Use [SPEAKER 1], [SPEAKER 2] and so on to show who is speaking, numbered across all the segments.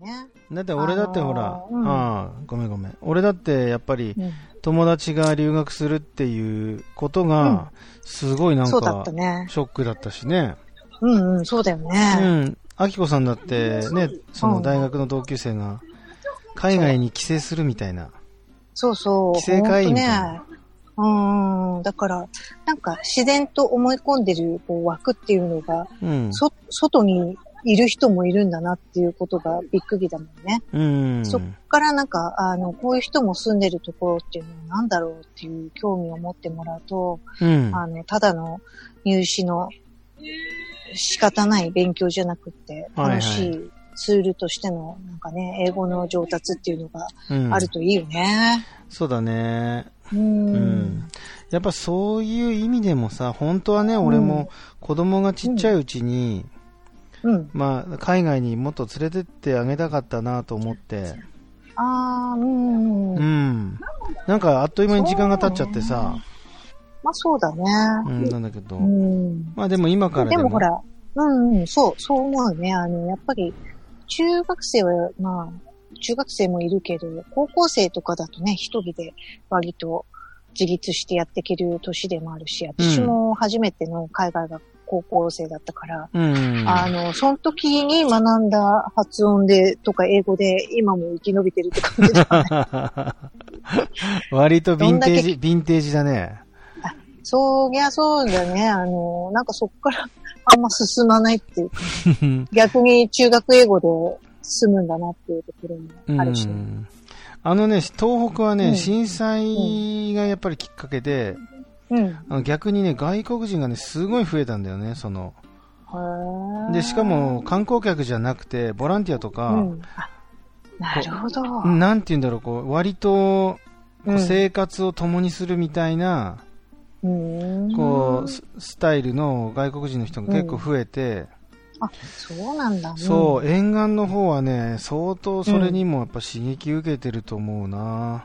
[SPEAKER 1] ね。
[SPEAKER 2] だって俺だってほら、
[SPEAKER 1] あのーうん
[SPEAKER 2] ああごめんごめん俺だってやっぱり
[SPEAKER 1] うん
[SPEAKER 2] 友達が留学するっていうことがすごいなん
[SPEAKER 1] そうだっ
[SPEAKER 2] か
[SPEAKER 1] たね。
[SPEAKER 2] ショックだったしね
[SPEAKER 1] うんうん、そうだよ
[SPEAKER 2] う
[SPEAKER 1] ね。
[SPEAKER 2] んあきこさんだってねその大学の同級生が海外に帰省するみたいな
[SPEAKER 1] そうそう。
[SPEAKER 2] 規制会員みたいな
[SPEAKER 1] ほんとね。うんうん、だから、なんか自然と思い込んでるこう枠っていうのが、
[SPEAKER 2] うん
[SPEAKER 1] そ、外にいる人もいるんだなっていうことがびっくりだもんね。
[SPEAKER 2] うん
[SPEAKER 1] そっからなんか、あの、こういう人も住んでるところっていうのは何だろうっていう興味を持ってもらうと、
[SPEAKER 2] うん
[SPEAKER 1] あの、ただの入試の仕方ない勉強じゃなくって、
[SPEAKER 2] はいはい
[SPEAKER 1] 楽しいツールとしての、なんかね、英語の上達っていうのが
[SPEAKER 2] うん
[SPEAKER 1] あるといいよね。
[SPEAKER 2] そうだね
[SPEAKER 1] う
[SPEAKER 2] うんん。やっぱそういう意味でもさ本当はね俺も子供がちっちゃいうちに、
[SPEAKER 1] うん。
[SPEAKER 2] まあ、海外にもっと連れてってあげたかったなと思って、
[SPEAKER 1] ああ、うん。
[SPEAKER 2] う
[SPEAKER 1] ま
[SPEAKER 2] ん、なんかあっという間に時間が経っちゃってさ、
[SPEAKER 1] あそうだね。
[SPEAKER 2] うん、なんだけど、
[SPEAKER 1] うん。
[SPEAKER 2] まあでも今から
[SPEAKER 1] で
[SPEAKER 2] で
[SPEAKER 1] もほ
[SPEAKER 2] も、
[SPEAKER 1] ら、うんうん、そう、そう思うね。あの、やっぱり、中学生は、まあ、中学生もいるけど、高校生とかだとね、一人で割と自立してやっていける年でもあるし、私も初めての海外が高校生だったから、
[SPEAKER 2] うん、
[SPEAKER 1] あの、その時に学んだ発音で、とか英語で、今も生き延びてるって感じ だ。
[SPEAKER 2] 割とヴィンテージ、
[SPEAKER 1] ど
[SPEAKER 2] ヴィンテージだね。
[SPEAKER 1] そうりゃそうだね。あの、なんかそこからあんま進まないっていうか、逆に中学英語で進むんだなっていうところ もあるし、
[SPEAKER 2] う
[SPEAKER 1] ね
[SPEAKER 2] んあのね、東北はね、
[SPEAKER 1] うん
[SPEAKER 2] 震災がやっぱりきっかけで、
[SPEAKER 1] うん。
[SPEAKER 2] あの逆にね、外国人がね、すごい増えたんだよね、その。
[SPEAKER 1] へー
[SPEAKER 2] で、しか、も観光客じゃなくて、ボランティアと
[SPEAKER 1] う
[SPEAKER 2] か、
[SPEAKER 1] ん、あなるほど。
[SPEAKER 2] なんて言うんだろう、こう、割と、こう
[SPEAKER 1] うん
[SPEAKER 2] 生活を共にするみたいな、
[SPEAKER 1] うん
[SPEAKER 2] こう、ススタイルの外国人の人が結構増えて、
[SPEAKER 1] あ、そうなんだ、ね。
[SPEAKER 2] そう、沿岸の方はね、相当それにもやっぱ刺激受けてると思うな。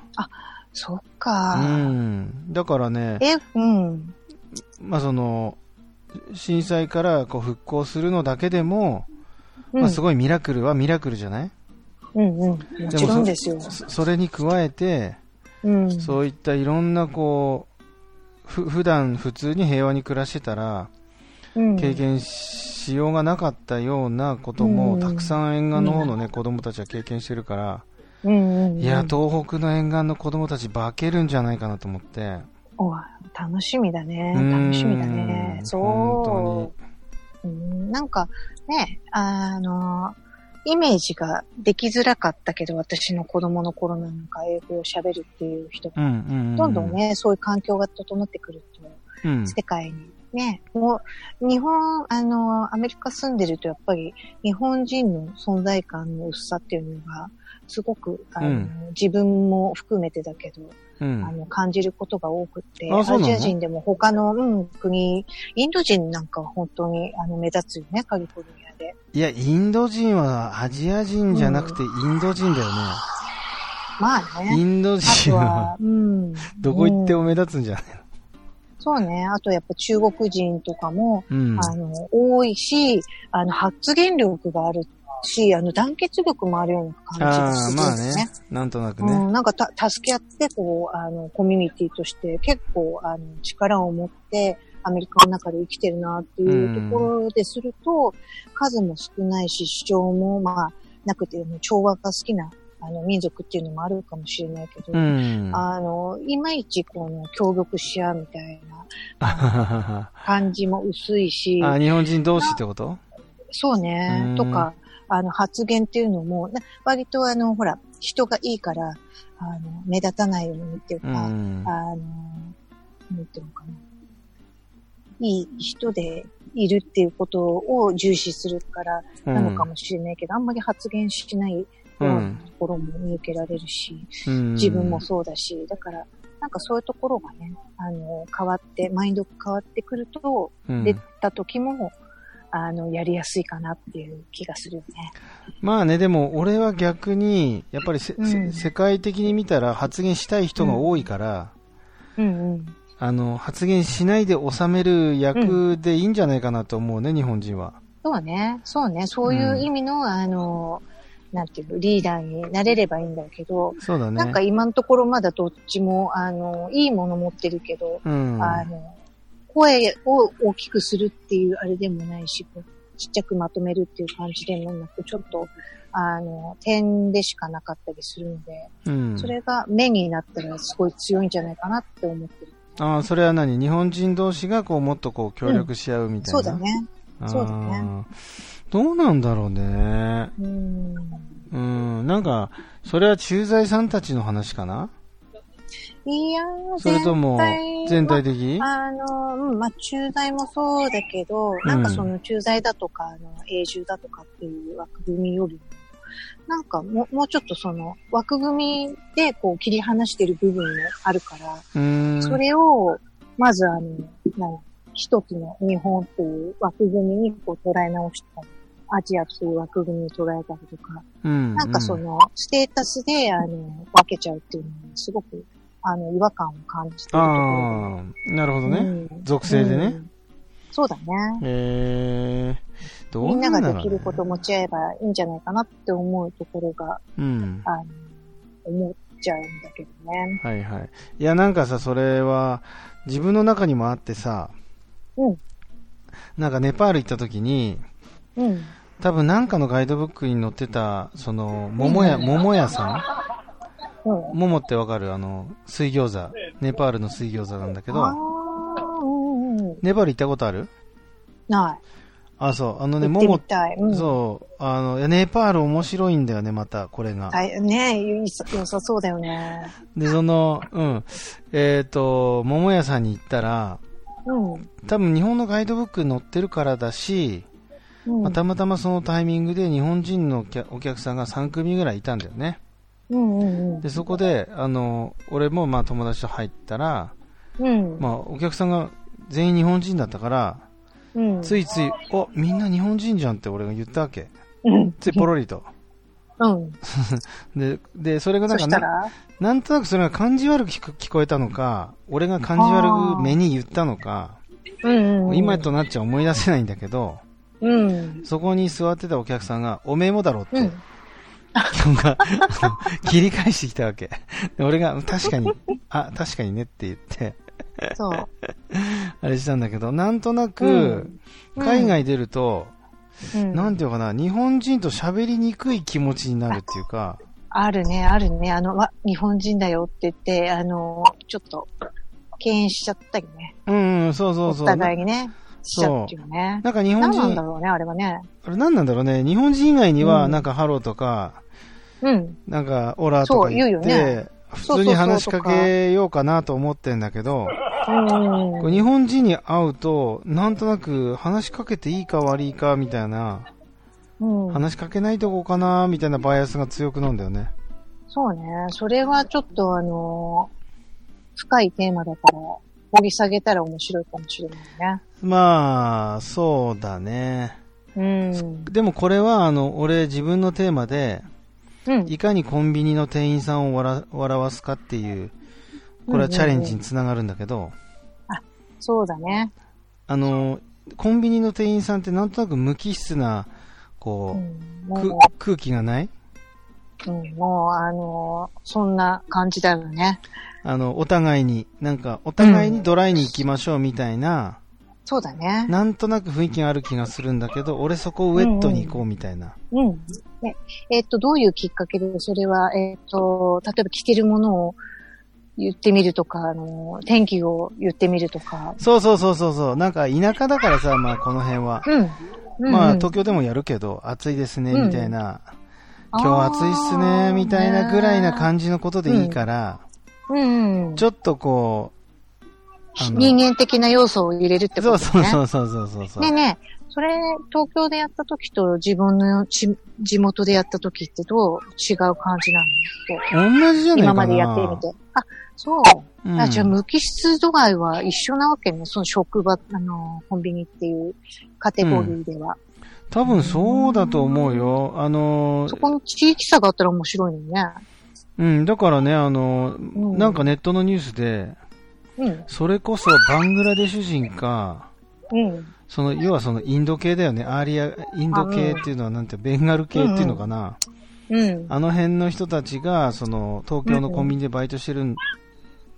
[SPEAKER 1] そっ
[SPEAKER 2] う
[SPEAKER 1] か。
[SPEAKER 2] ん。だからね、
[SPEAKER 1] え、うん。
[SPEAKER 2] まあその、震災からこう復興するのだけでも、
[SPEAKER 1] うん
[SPEAKER 2] まあすごいミラクルはミラクルじゃない
[SPEAKER 1] うんうん。もちろんですよ。
[SPEAKER 2] そそれに加えて、
[SPEAKER 1] うん。
[SPEAKER 2] そういったいろんなこう、ふ普段普通に平和に暮らしてたら、
[SPEAKER 1] うん
[SPEAKER 2] 経験しようがなかったようなことも、
[SPEAKER 1] うん
[SPEAKER 2] たくさん沿岸の方のね、子供たちは経験してるから、
[SPEAKER 1] うんうんうん。
[SPEAKER 2] いや、東北の沿岸の子供たち化けるんじゃないかなと思って。
[SPEAKER 1] お楽しみだね。
[SPEAKER 2] うん
[SPEAKER 1] 楽しみだね。そう。
[SPEAKER 2] 本
[SPEAKER 1] うんなんかね、あの、イメージができづらかったけど、私の子供の頃なんか英語を喋るっていう人が
[SPEAKER 2] うん、うんうん。
[SPEAKER 1] どんどんね、そういう環境が整ってくると、
[SPEAKER 2] うん。
[SPEAKER 1] 世界にね、もう、日本、あの、アメリカ住んでると、やっぱり、日本人の存在感の薄さっていうのが、すごく、あの、
[SPEAKER 2] うん
[SPEAKER 1] 自分も含めてだけど、
[SPEAKER 2] うん
[SPEAKER 1] あ。の、感じることが多くって、
[SPEAKER 2] あ
[SPEAKER 1] ア
[SPEAKER 2] そうな
[SPEAKER 1] ジ
[SPEAKER 2] の
[SPEAKER 1] ア人でも他の、うん、国、インド人なんかは本当に、あの、目立つよね、カリフォルニアで。
[SPEAKER 2] いや、インド人はアジア人じゃなくてインド人だよ
[SPEAKER 1] まあ
[SPEAKER 2] ね。イ
[SPEAKER 1] ね。
[SPEAKER 2] ンド
[SPEAKER 1] あ
[SPEAKER 2] 人
[SPEAKER 1] と
[SPEAKER 2] は
[SPEAKER 1] は、うん。
[SPEAKER 2] どこ行って
[SPEAKER 1] うん
[SPEAKER 2] も目立つんじゃない
[SPEAKER 1] そうね。あとやっぱ中国人とかも、
[SPEAKER 2] うん。
[SPEAKER 1] あの、多いし、あの、発言力があるし、あの、団結力もあるような感じが
[SPEAKER 2] ああ、
[SPEAKER 1] す
[SPEAKER 2] ま
[SPEAKER 1] る
[SPEAKER 2] あ
[SPEAKER 1] んで
[SPEAKER 2] ね
[SPEAKER 1] すね。。
[SPEAKER 2] なんとなく
[SPEAKER 1] う
[SPEAKER 2] ね。
[SPEAKER 1] ん、なんかた、助け合って、こう、あの、コミュニティとして結構、あの、力を持って、アメリカの中で生きてるなっていうところですると、数も少ないし、主張も、まあ、なくて、もう調和が好きな、あの、民族っていうのもあるかもしれないけど、
[SPEAKER 2] うん。
[SPEAKER 1] あの、いまいち、この、協力し合うみたいな
[SPEAKER 2] あ、
[SPEAKER 1] 感じも薄いし、
[SPEAKER 2] 日本人同士ってこと
[SPEAKER 1] そう
[SPEAKER 2] う
[SPEAKER 1] ね
[SPEAKER 2] ん。
[SPEAKER 1] とか、あの、発言っていうのも、な割とあの、ほら、人がいいから、あの、目立たないようにっていうか、
[SPEAKER 2] うん。
[SPEAKER 1] あの、なんていうのかな。いい人でいるっていうことを重視するから
[SPEAKER 2] う
[SPEAKER 1] なの
[SPEAKER 2] ん
[SPEAKER 1] かもしれないけど、あんまり発言しないよう
[SPEAKER 2] う
[SPEAKER 1] なんところも見受けられるし、
[SPEAKER 2] うん
[SPEAKER 1] 自分もそうだし、だから、なんかそういうところがね、あの、変わって、マインドが変わってくると、
[SPEAKER 2] うん
[SPEAKER 1] 出た時も、あの、やりやすいかなっていう気がするよね。
[SPEAKER 2] まあね、でも俺は逆に、やっぱりせ、せ
[SPEAKER 1] うん
[SPEAKER 2] 世界的に見たら発言したい人が多いから、
[SPEAKER 1] うんうん。
[SPEAKER 2] あの、発言しないで収める役でいいんじゃないかなと思うね、日本人は。
[SPEAKER 1] そうね。そうね。そういう意味の、あの、なんていうの、リーダーになれればいいんだけど、
[SPEAKER 2] そうだね。
[SPEAKER 1] なんか今のところまだどっちも、あの、いいもの持ってるけど、
[SPEAKER 2] うん。
[SPEAKER 1] あの、声を大きくするっていうあれでもないし、こうちっちゃくまとめるっていう感じでもなく、ちょっと、あの、点でしかなかったりするので、
[SPEAKER 2] うん、
[SPEAKER 1] それが目になったらすごい強いんじゃないかなって思ってる。
[SPEAKER 2] ああ、それは何日本人同士がこうもっとこう協力し合うみたい
[SPEAKER 1] そ
[SPEAKER 2] な。
[SPEAKER 1] うだ。ね。そうだね。
[SPEAKER 2] どうなんだろうね。
[SPEAKER 1] うん。
[SPEAKER 2] うん。なんか、それは駐在さんたちの話かない
[SPEAKER 1] やー、
[SPEAKER 2] それとも、全体的
[SPEAKER 1] あの、うん、まあ、駐在もそうだけど、なんかその駐在だとか、あの、永住だとかっていう枠組みよりも、なんかもう、もうちょっとその枠組みでこう切り離してる部分もあるから、
[SPEAKER 2] うーん。
[SPEAKER 1] それを、まずあの、なん一つの日本っていう枠組みにこう捉え直したり、アジアっていう枠組みに捉えたりとか、
[SPEAKER 2] うん。
[SPEAKER 1] なんかその、ステータスで、あの、分けちゃうっていうのに、すごく、あの、違和感を感じてる
[SPEAKER 2] うん。
[SPEAKER 1] とこ
[SPEAKER 2] ああ、なるほ
[SPEAKER 1] ろ
[SPEAKER 2] ど
[SPEAKER 1] で
[SPEAKER 2] ね。
[SPEAKER 1] うん
[SPEAKER 2] 属性でね
[SPEAKER 1] うんそうだね。
[SPEAKER 2] えー、ど
[SPEAKER 1] み
[SPEAKER 2] うんな
[SPEAKER 1] なん
[SPEAKER 2] だろう、ね、
[SPEAKER 1] ができること持ち合えばいいんじゃないかなって思うところが、
[SPEAKER 2] うん。
[SPEAKER 1] あの、思っちゃうんだけどね。
[SPEAKER 2] はいはい。いや、なんかさ、それは、自分の中にもあってさ、
[SPEAKER 1] うん
[SPEAKER 2] なんかネパール行った時に、
[SPEAKER 1] うん。
[SPEAKER 2] 多分なんかのガイドブックに載ってた、その、桃屋、桃屋さ
[SPEAKER 1] うん
[SPEAKER 2] ん。桃ってわかるあの、水餃子。ネパールの水餃子なんだけ
[SPEAKER 1] あ
[SPEAKER 2] ど、
[SPEAKER 1] ーうんうんうん。
[SPEAKER 2] ネパール行ったことある
[SPEAKER 1] な
[SPEAKER 2] あ、そう。あの
[SPEAKER 1] い。
[SPEAKER 2] ね、
[SPEAKER 1] 行って
[SPEAKER 2] 桃
[SPEAKER 1] み、たい。うん。
[SPEAKER 2] そう。あの、いやネパール面白いんだよね、また、これが。
[SPEAKER 1] 大変ね良さ良さそうだよね。
[SPEAKER 2] で、その、うん。えっ、と、桃屋さんに行ったら、
[SPEAKER 1] うん。
[SPEAKER 2] 多分日本のガイドブックに載ってるからだし、
[SPEAKER 1] うん
[SPEAKER 2] まあたまたまそのタイミングで日本人のお客お客さんが3組ぐらいいたんだよね。
[SPEAKER 1] うんうんうん
[SPEAKER 2] で、そこで、あの、俺もまあ友達と入ったら、
[SPEAKER 1] うん。
[SPEAKER 2] まあお客さんが全員日本人だったから、
[SPEAKER 1] うん。
[SPEAKER 2] ついつい、お、みんな日本人じゃんって俺が言ったわけ。
[SPEAKER 1] うん。
[SPEAKER 2] ついポロリと。
[SPEAKER 1] うん。
[SPEAKER 2] で、で、それがなん
[SPEAKER 1] そ
[SPEAKER 2] か
[SPEAKER 1] した
[SPEAKER 2] な、
[SPEAKER 1] ら
[SPEAKER 2] なんとなくそれが感じ悪く聞く聞こえたのか、俺が感じ悪く目に言ったのか、
[SPEAKER 1] うんうん。
[SPEAKER 2] 今となっちゃ思い出せないんだけど、
[SPEAKER 1] うん。
[SPEAKER 2] そこに座ってたお客さんが、おめえもだろって、
[SPEAKER 1] うん
[SPEAKER 2] なんか、 切り返してきたわけ。で俺が、確かに、あ、確かにねって言って、
[SPEAKER 1] そう。
[SPEAKER 2] あれしたんだけど、なんとなく、
[SPEAKER 1] うんうん
[SPEAKER 2] 海外出ると、
[SPEAKER 1] うん
[SPEAKER 2] なんていうのかな、日本人と喋りにくい気持ちになるっていうか、
[SPEAKER 1] あるね、あるね。あの、わ、日本人だよって言って、あの、ちょっと、敬遠しちゃったりね。
[SPEAKER 2] うん、うんそうそうそう。
[SPEAKER 1] お互いにね、しちゃってるよね。
[SPEAKER 2] なんか日本
[SPEAKER 1] 何なん
[SPEAKER 2] 人、
[SPEAKER 1] だろうね、あれはね。
[SPEAKER 2] あれ何なんだろうね、日本人以外に
[SPEAKER 1] う
[SPEAKER 2] は、
[SPEAKER 1] ん
[SPEAKER 2] なんかハローとか、
[SPEAKER 1] うん。
[SPEAKER 2] なんかオラとか言っ
[SPEAKER 1] そう
[SPEAKER 2] て、
[SPEAKER 1] 言うよ
[SPEAKER 2] 普通に話しかけようかなと思ってんだけど、
[SPEAKER 1] うん
[SPEAKER 2] こう日本人に会うと、なんとなく話しかけていいか悪いかみたいな、
[SPEAKER 1] うん。うん。
[SPEAKER 2] 話しかけないとこかなみたいなバイアスが強くなんだよね。
[SPEAKER 1] そうね。それはちょっと、あの、深いテーマだから、掘り下げたら面白いかもしれないね。
[SPEAKER 2] まあ、そうだね。
[SPEAKER 1] うん。
[SPEAKER 2] でもこれは、あの、俺自分のテーマで、
[SPEAKER 1] うん。
[SPEAKER 2] いかにコンビニの店員さんを笑笑わすかっていう、これはチャレンジにつながるんだけど、
[SPEAKER 1] そうだね。
[SPEAKER 2] あの、コンビニの店員さんってなんとなく無機質な、
[SPEAKER 1] う
[SPEAKER 2] こ
[SPEAKER 1] ん。
[SPEAKER 2] う、
[SPEAKER 1] も
[SPEAKER 2] く
[SPEAKER 1] う
[SPEAKER 2] 空気がない
[SPEAKER 1] うん、もう、あの、そんな感じだよね。
[SPEAKER 2] あの、お互いに、なんか、お互いにドライに行きましょうみたいな、
[SPEAKER 1] そうだね。
[SPEAKER 2] なんとなく雰囲気がある気がするんだけど、俺そこをウェットに行こうみたいな。
[SPEAKER 1] うん。ねえっと、どういうきっかけで、それは、えっと、例えば着てるものを言ってみるとか、あの、天気を言ってみるとか。
[SPEAKER 2] そうそうそうそうそう。なんか田舎だからさ、まあこの辺は。
[SPEAKER 1] うん。うん
[SPEAKER 2] まあ
[SPEAKER 1] うん
[SPEAKER 2] 東京でもやるけど、暑いですね、
[SPEAKER 1] うん
[SPEAKER 2] みたいな。今日暑いっすね、みたいなぐらいな感じのことでいいから、
[SPEAKER 1] あーねうんうん。
[SPEAKER 2] ちょっとこう、
[SPEAKER 1] 人間的な要素を入れるってこ
[SPEAKER 2] そ
[SPEAKER 1] と
[SPEAKER 2] う
[SPEAKER 1] ね。
[SPEAKER 2] そうそうそうそうそうそう
[SPEAKER 1] ねえ。ねえ、それ、東京でやった時と自分の地地元でやった時ってどう違う感じなの
[SPEAKER 2] 同じじゃない
[SPEAKER 1] 今
[SPEAKER 2] かな。
[SPEAKER 1] までやってみて。あ、そう。
[SPEAKER 2] うん。
[SPEAKER 1] あじゃあ、無機質度合いは一緒なわけね。その職場、あの、コンビニっていうカテゴリーでは。
[SPEAKER 2] 多分そうだと思うよ。あの
[SPEAKER 1] そ
[SPEAKER 2] ー、
[SPEAKER 1] この地域差があったら面白いのね。
[SPEAKER 2] うん、だからね、あのー、
[SPEAKER 1] うん
[SPEAKER 2] なんかネットのニュースで、
[SPEAKER 1] うん。
[SPEAKER 2] それこそバングラデシュ人か、
[SPEAKER 1] うん。
[SPEAKER 2] その、要はそのインド系だよね。アーリア、インド系っていうのはなんて、ベンガル系っていうのかな。
[SPEAKER 1] うん。
[SPEAKER 2] あの辺の人たちが、その、東京のコンビニでバイトしてるん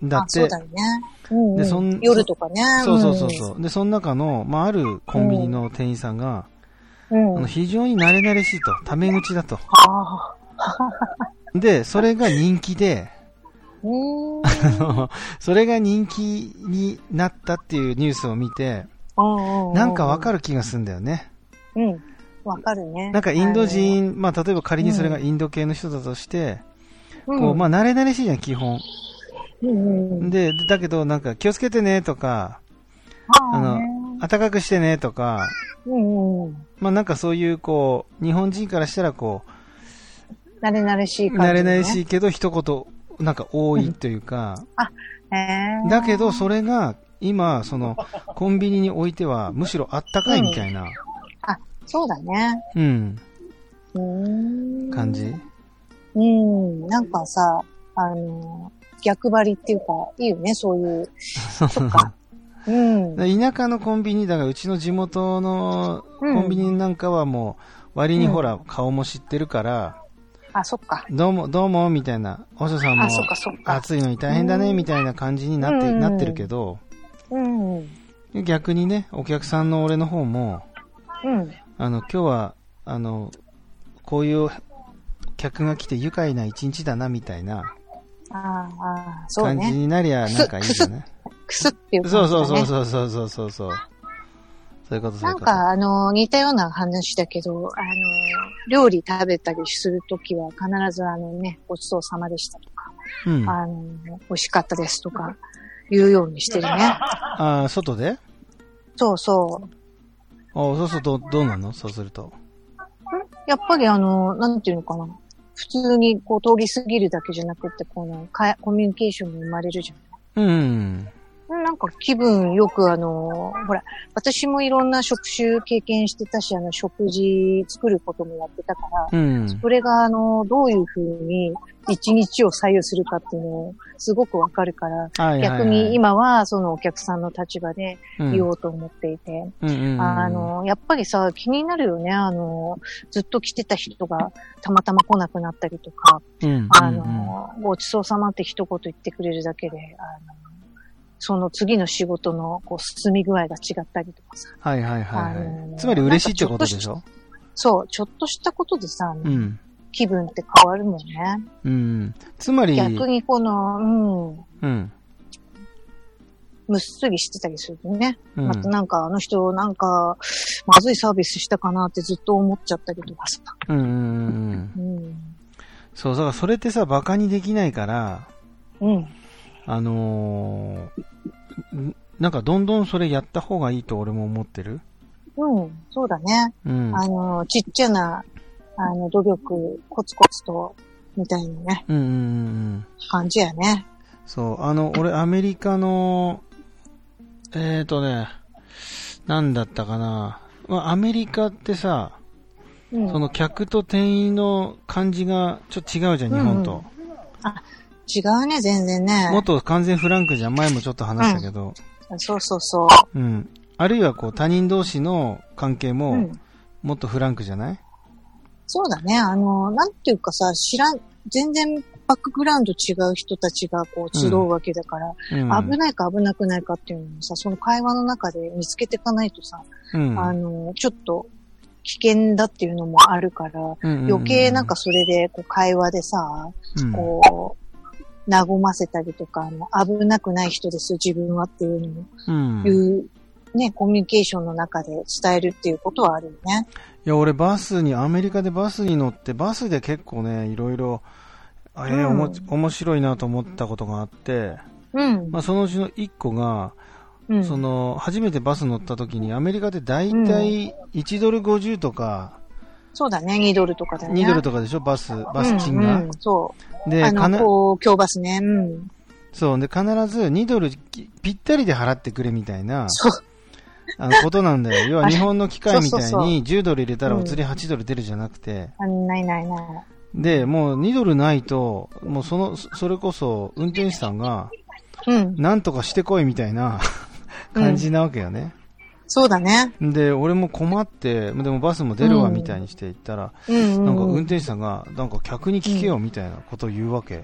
[SPEAKER 2] だ
[SPEAKER 1] あ
[SPEAKER 2] っ
[SPEAKER 1] そ
[SPEAKER 2] て
[SPEAKER 1] うだ、よね。うん、
[SPEAKER 2] でそ
[SPEAKER 1] うんん。夜とかね。
[SPEAKER 2] そうそうそうそう。で、その中の、まあ、あるコンビニの店員さんが、
[SPEAKER 1] うん。
[SPEAKER 2] あ
[SPEAKER 1] う
[SPEAKER 2] の
[SPEAKER 1] ん。
[SPEAKER 2] 非常に慣れ慣れしいと、タメ口だと。
[SPEAKER 1] ああ。
[SPEAKER 2] で、それが人気で、
[SPEAKER 1] うーん。
[SPEAKER 2] それが人気になったっていうニュースを見て、 なんかわか
[SPEAKER 1] る。
[SPEAKER 2] る気がするんだよね。
[SPEAKER 1] うん。わかるね。
[SPEAKER 2] なんかインド人、まあ、例えば仮にそれがインド系の人だとして、
[SPEAKER 1] あの、
[SPEAKER 2] こ
[SPEAKER 1] う
[SPEAKER 2] う、
[SPEAKER 1] ん
[SPEAKER 2] まあ、慣れ慣れしいじゃん、基本。
[SPEAKER 1] うんうん、
[SPEAKER 2] で、だけど、なんか、気をつけてね、とか、
[SPEAKER 1] あ
[SPEAKER 2] あ
[SPEAKER 1] の
[SPEAKER 2] の、暖かくしてね、とか、
[SPEAKER 1] うんうん。
[SPEAKER 2] まあ、なんかそういう、こう、日本人からしたら、こ、
[SPEAKER 1] 慣れ慣れしいう感じ、ね。
[SPEAKER 2] 慣れ慣れしいけど、一言、なんか多いというか、
[SPEAKER 1] へー。
[SPEAKER 2] だけど、それが、今、その、コンビニにおいては、むしろあったかいみたいな、
[SPEAKER 1] そうだね。
[SPEAKER 2] うん、
[SPEAKER 1] うーん。
[SPEAKER 2] 感じ。
[SPEAKER 1] うん。なんかさ、あの、逆張りっていうか、いいよね、そういう。そっ か。うん。
[SPEAKER 2] 田舎のコンビニ、だから、うちの地元のコンビニなんかはもう、割にほら、顔も知ってるから、
[SPEAKER 1] あ、そっか。
[SPEAKER 2] どうも、どうも、みたいな、おしょさんも
[SPEAKER 1] あ、、そっか、そっか。
[SPEAKER 2] 暑いのに大変だね、みたいな感じになって、
[SPEAKER 1] うん
[SPEAKER 2] なってるけど、
[SPEAKER 1] うん。うん。
[SPEAKER 2] 逆にね、お客さんの俺の方も、あの、今日は、あの、こういう客が来て愉快な一日だな、みたいな
[SPEAKER 1] あーあー、そう
[SPEAKER 2] 感じ
[SPEAKER 1] ね。
[SPEAKER 2] になりゃ、なんかいいよね。
[SPEAKER 1] くすっていう感じ、
[SPEAKER 2] そう
[SPEAKER 1] ね。
[SPEAKER 2] そうそうそうそうそうそうそう。そういうこと、そう
[SPEAKER 1] ない
[SPEAKER 2] うんこと。
[SPEAKER 1] か、あの、似たような話だけど、あの、料理食べたりするときは必ずあのね、ごちそうさまでしたとか、
[SPEAKER 2] うん。あ
[SPEAKER 1] あの、美味しかったですとか、言うようにしてるね。
[SPEAKER 2] あー、外で
[SPEAKER 1] そうそう。
[SPEAKER 2] あーそうそう、どう、どうなのそうすると。
[SPEAKER 1] やっぱりあの、なんていうのかな。普通にこう通り過ぎるだけじゃなくて、このかコミュニケーションも生まれるじゃん。
[SPEAKER 2] うんうん。
[SPEAKER 1] なんか気分よくあの、ほら、私もいろんな職種経験してたし、あの、食事作ることもやってたから、
[SPEAKER 2] うん。
[SPEAKER 1] それがあの、どういうふうに一日を左右するかっていうのをすごくわかるから、
[SPEAKER 2] はいはいはい、
[SPEAKER 1] 逆に今はそのお客さんの立場で
[SPEAKER 2] うん、
[SPEAKER 1] 言おうと思っていて、
[SPEAKER 2] うんうんうん
[SPEAKER 1] あ、の、やっぱりさ、気になるよね。あの、ずっと来てた人がたまたま来なくなったりとか、
[SPEAKER 2] うんうんうん、
[SPEAKER 1] あの、ごちそうさまって一言言ってくれるだけで、あの、その次の仕事のこう進み具合が違ったりとかさ。
[SPEAKER 2] はいはいはい、は
[SPEAKER 1] あ
[SPEAKER 2] い
[SPEAKER 1] のー
[SPEAKER 2] つまり嬉しいってことでしょ
[SPEAKER 1] そう、ちょっとしたことでさ、
[SPEAKER 2] うん。
[SPEAKER 1] 気分って変わるもんね。
[SPEAKER 2] うん。つまり、
[SPEAKER 1] 逆にこの、うん、
[SPEAKER 2] うん。
[SPEAKER 1] むっすりしてたりするとね。
[SPEAKER 2] うん
[SPEAKER 1] またなんかあの人なんか、まずいサービスしたかなってずっと思っちゃったりとかさ。
[SPEAKER 2] うんうんうんうん。
[SPEAKER 1] うん。
[SPEAKER 2] そう、だからそれってさ、馬鹿にできないから、
[SPEAKER 1] うん。
[SPEAKER 2] あのーんなんかどんどんそれやった方がいいと俺も思ってる。
[SPEAKER 1] うん。そうだね。
[SPEAKER 2] うん。
[SPEAKER 1] あの、ちっちゃな、あの、努力、コツコツと、みたいなね、
[SPEAKER 2] うんうんうんうん。
[SPEAKER 1] 感じやね。
[SPEAKER 2] そう、あの、俺アメリカの、えーとね、なんだったかな。まあ、アメリカってさ、
[SPEAKER 1] うん。
[SPEAKER 2] その客と店員の感じがちょっと違うじゃん、日本と。
[SPEAKER 1] うんうん違うね、全然ね。
[SPEAKER 2] もっと完全フランクじゃん。前もちょっと話したけど。
[SPEAKER 1] そうそうそう。
[SPEAKER 2] うん。あるいはこう、他人同士の関係
[SPEAKER 1] う
[SPEAKER 2] も
[SPEAKER 1] ん、。
[SPEAKER 2] もっとフランクじゃない、
[SPEAKER 1] そうだね。あの、なんていうかさ、知らん、全然バックグラウンド違う人たちがこう集うわけだから、
[SPEAKER 2] うん、
[SPEAKER 1] 危ないか危なくないかっていうのをさ、その会話の中で見つけていかないとさ、
[SPEAKER 2] うん
[SPEAKER 1] あの、ちょっと危険だっていうのもあるから、
[SPEAKER 2] うんうんうん
[SPEAKER 1] 余計なんか、それでこう会話でさ、
[SPEAKER 2] うん
[SPEAKER 1] こう、和ませたりとか、あの危なくない人ですよ、自分はっていうのを、
[SPEAKER 2] うん
[SPEAKER 1] い、
[SPEAKER 2] いう
[SPEAKER 1] ね、コミュニケーションの中で伝えるっていうことはあるよね。
[SPEAKER 2] や、俺バスに、アメリカでバスに乗って、バスで結構ね、いろいろ、えー
[SPEAKER 1] うん
[SPEAKER 2] おも面白いなと思ったことがあって、
[SPEAKER 1] うん。
[SPEAKER 2] まあ、そのうちの一個が、
[SPEAKER 1] うん。
[SPEAKER 2] その、初めてバス乗った時に、アメリカで大体1ドル50とか、
[SPEAKER 1] そうだね、2ドルとかだね。
[SPEAKER 2] 2ドルとかでしょ、バス、バス賃
[SPEAKER 1] う
[SPEAKER 2] が。
[SPEAKER 1] ん、うんそ
[SPEAKER 2] で
[SPEAKER 1] う。あ
[SPEAKER 2] か
[SPEAKER 1] の、
[SPEAKER 2] な
[SPEAKER 1] こう、京バスね。うん。
[SPEAKER 2] そう。で、必ず2ドルきぴったりで払ってくれみたいな、
[SPEAKER 1] そう。
[SPEAKER 2] あの、ことなんだよ。要は
[SPEAKER 1] あれ
[SPEAKER 2] 日本の機械みたい
[SPEAKER 1] そうそうそう
[SPEAKER 2] に10ドル入れたら
[SPEAKER 1] うん
[SPEAKER 2] お釣り8ドル出るじゃなくて、
[SPEAKER 1] あないないない。
[SPEAKER 2] で、もう2ドルないと、もうその、そそれこそ運転手さんが、
[SPEAKER 1] うん。
[SPEAKER 2] なんとかしてこいみたいな感じなわけよね。
[SPEAKER 1] そうだね。
[SPEAKER 2] で、俺も困って、でもバスも出るわみたいにして行ったら、
[SPEAKER 1] うん、うん。
[SPEAKER 2] なんか運転手さんが、なんか客に聞けよみたいなことを言うわけ。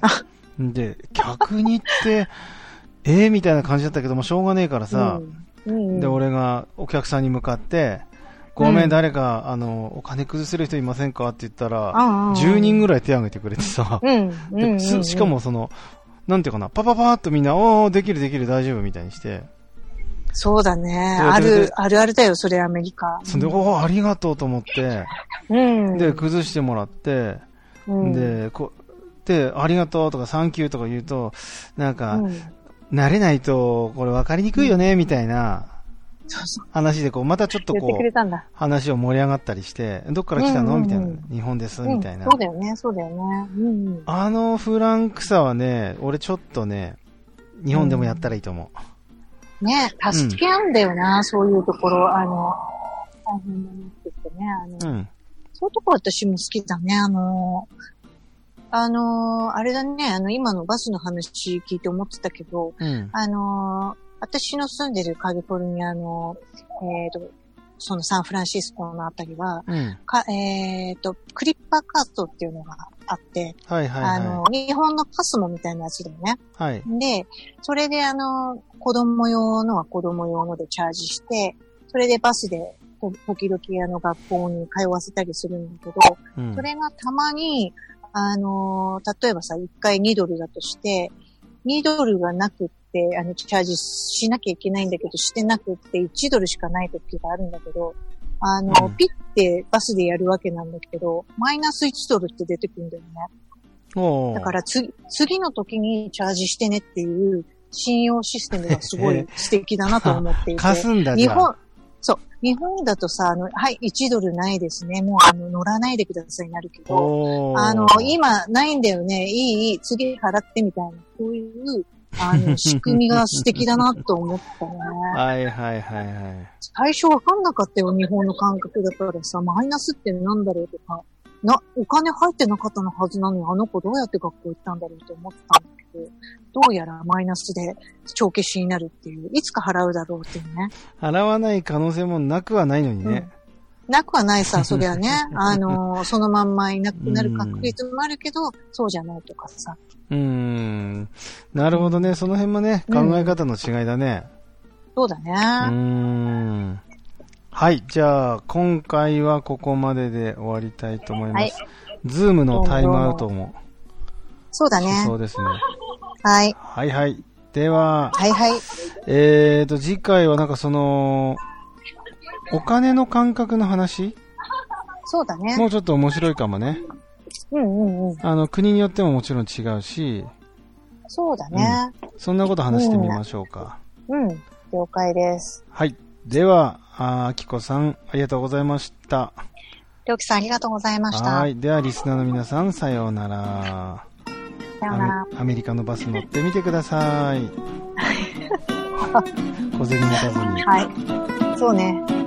[SPEAKER 2] で、客にって、えー、みたいな感じだったけども、しょうがねえからさ、
[SPEAKER 1] うん、うんうん、
[SPEAKER 2] で、俺がお客さんに向かって、ごめ
[SPEAKER 1] うん
[SPEAKER 2] ん、誰か、あの、お金崩せる人いませんかって言ったら、
[SPEAKER 1] ああ
[SPEAKER 2] 10人ぐらい手挙げてくれてさ、
[SPEAKER 1] うん、うんうん、う
[SPEAKER 2] で
[SPEAKER 1] ん。
[SPEAKER 2] すしか、もその、なんていうかな、パパパーっとみんな、おー、できるできる大丈夫みたいにして、
[SPEAKER 1] そうだね。
[SPEAKER 2] そうや
[SPEAKER 1] あ
[SPEAKER 2] って
[SPEAKER 1] る、あるあるだよ、それアメリカ。
[SPEAKER 2] そんで、おー、ありがとうと思って、
[SPEAKER 1] うん。
[SPEAKER 2] で、崩してもらって、
[SPEAKER 1] うん、
[SPEAKER 2] で、こで、ありがとうとか、サンキューとか言うと、なん
[SPEAKER 1] う
[SPEAKER 2] か、
[SPEAKER 1] ん、
[SPEAKER 2] 慣れないと、これ分かりにくいよね、みたいな
[SPEAKER 1] そうそう。
[SPEAKER 2] 話で、こう、またちょっと
[SPEAKER 1] 言って
[SPEAKER 2] こ
[SPEAKER 1] くれ
[SPEAKER 2] う、
[SPEAKER 1] たんだ。
[SPEAKER 2] 話を盛り上がったりして、どっから来たの
[SPEAKER 1] うんうんうん
[SPEAKER 2] みたいな。日本です、みたいな
[SPEAKER 1] うん。そう。だよね、そうだよね。うんうん。
[SPEAKER 2] あのフランクさはね、俺ちょっとね、日本でもやったらいいと思う。
[SPEAKER 1] ね、助け合うんだよな、そういうところ。あの、大変だなって言ってね。あの、
[SPEAKER 2] うん。
[SPEAKER 1] そういうとこ私も好きだね。あのー、あのー、あれだね、あの、今のバスの話聞いて思ってたけど、
[SPEAKER 2] うん。
[SPEAKER 1] あのー、私の住んでるカリフォルニアの、えっ、と、そのサンフランシスコのあたりは、
[SPEAKER 2] うん。
[SPEAKER 1] かえっ、と、クリッパーカートっていうのがあって、
[SPEAKER 2] はいはい
[SPEAKER 1] あの
[SPEAKER 2] は、
[SPEAKER 1] 日本のパスモみたいなやつだよね。
[SPEAKER 2] い。はい。
[SPEAKER 1] で、それであの、子供用のは子供用のでチャージして、それでバスでと時々あの学校に通わせたりするんだけど、
[SPEAKER 2] うん
[SPEAKER 1] そ。れがたまに、あの、例えばさ、1回2ドルだとして、2ドルがなくって、あの、チャージしなきゃいけないんだけど、してなくって1ドルしかない時があるんだけど、あの、
[SPEAKER 2] うん
[SPEAKER 1] ピッてバスでやるわけなんだけど、マイナス1ドルって出てくるんだよね。
[SPEAKER 2] おー
[SPEAKER 1] だから次、次の時にチャージしてねっていう信用システムがすごい素敵だなと思ってい て。
[SPEAKER 2] かすんだじ
[SPEAKER 1] 日
[SPEAKER 2] ゃん。
[SPEAKER 1] 本、そう、日本だとさ、あの、はい、1ドルないですね。もうあの乗らないでくださいになるけど、
[SPEAKER 2] おー
[SPEAKER 1] あの、今ないんだよね。いい、いい、次払ってみたいな、そういう、あの、仕組みが素敵だなと思ったね。
[SPEAKER 2] はいはいはいはい。
[SPEAKER 1] 最初わかんなかったよ、日本の感覚だからさ、マイナスってなんだろうとか、な、お金入ってなかったのはずなのに、あの子どうやって学校行ったんだろうと思ってたんだけど、どうやらマイナスで帳消しになるっていう、いつか払うだろうっていうね。
[SPEAKER 2] 払わない可能性もなくはないのにね。
[SPEAKER 1] なくはない さ、そりゃね、あのーそのまんまいなくなる確率もあるけど、そうじゃないとかさ。
[SPEAKER 2] うーん。なるほどね。その辺もね、
[SPEAKER 1] うん
[SPEAKER 2] 考え方の違いだね。
[SPEAKER 1] そうだ
[SPEAKER 2] うー
[SPEAKER 1] ね。
[SPEAKER 2] ん。はい。じゃあ、今回はここまでで終わりたいと思います。ズームのタイムアウトも
[SPEAKER 1] そうだ
[SPEAKER 2] し
[SPEAKER 1] ね
[SPEAKER 2] そ。うですね。
[SPEAKER 1] はい。
[SPEAKER 2] はいはい。では、
[SPEAKER 1] はいはい。
[SPEAKER 2] えーと、次回はなんかその、お金の感覚の話
[SPEAKER 1] そうだね。
[SPEAKER 2] もうちょっと面白いかもね。
[SPEAKER 1] うんうんうん。
[SPEAKER 2] あの、国によってももちろん違うし、
[SPEAKER 1] そうだね。
[SPEAKER 2] そんなこと話してみましょうか。
[SPEAKER 1] うん。了解です。
[SPEAKER 2] はい。では、ああきこさん、ありがとうございました。
[SPEAKER 1] りょうきさんありがとうございました
[SPEAKER 2] は。い。では、リスナーの皆さん、さようなら。
[SPEAKER 1] さようなら
[SPEAKER 2] ア。メアメリカのバス乗ってみてく ださい。小銭持たずに。
[SPEAKER 1] はい。そうね。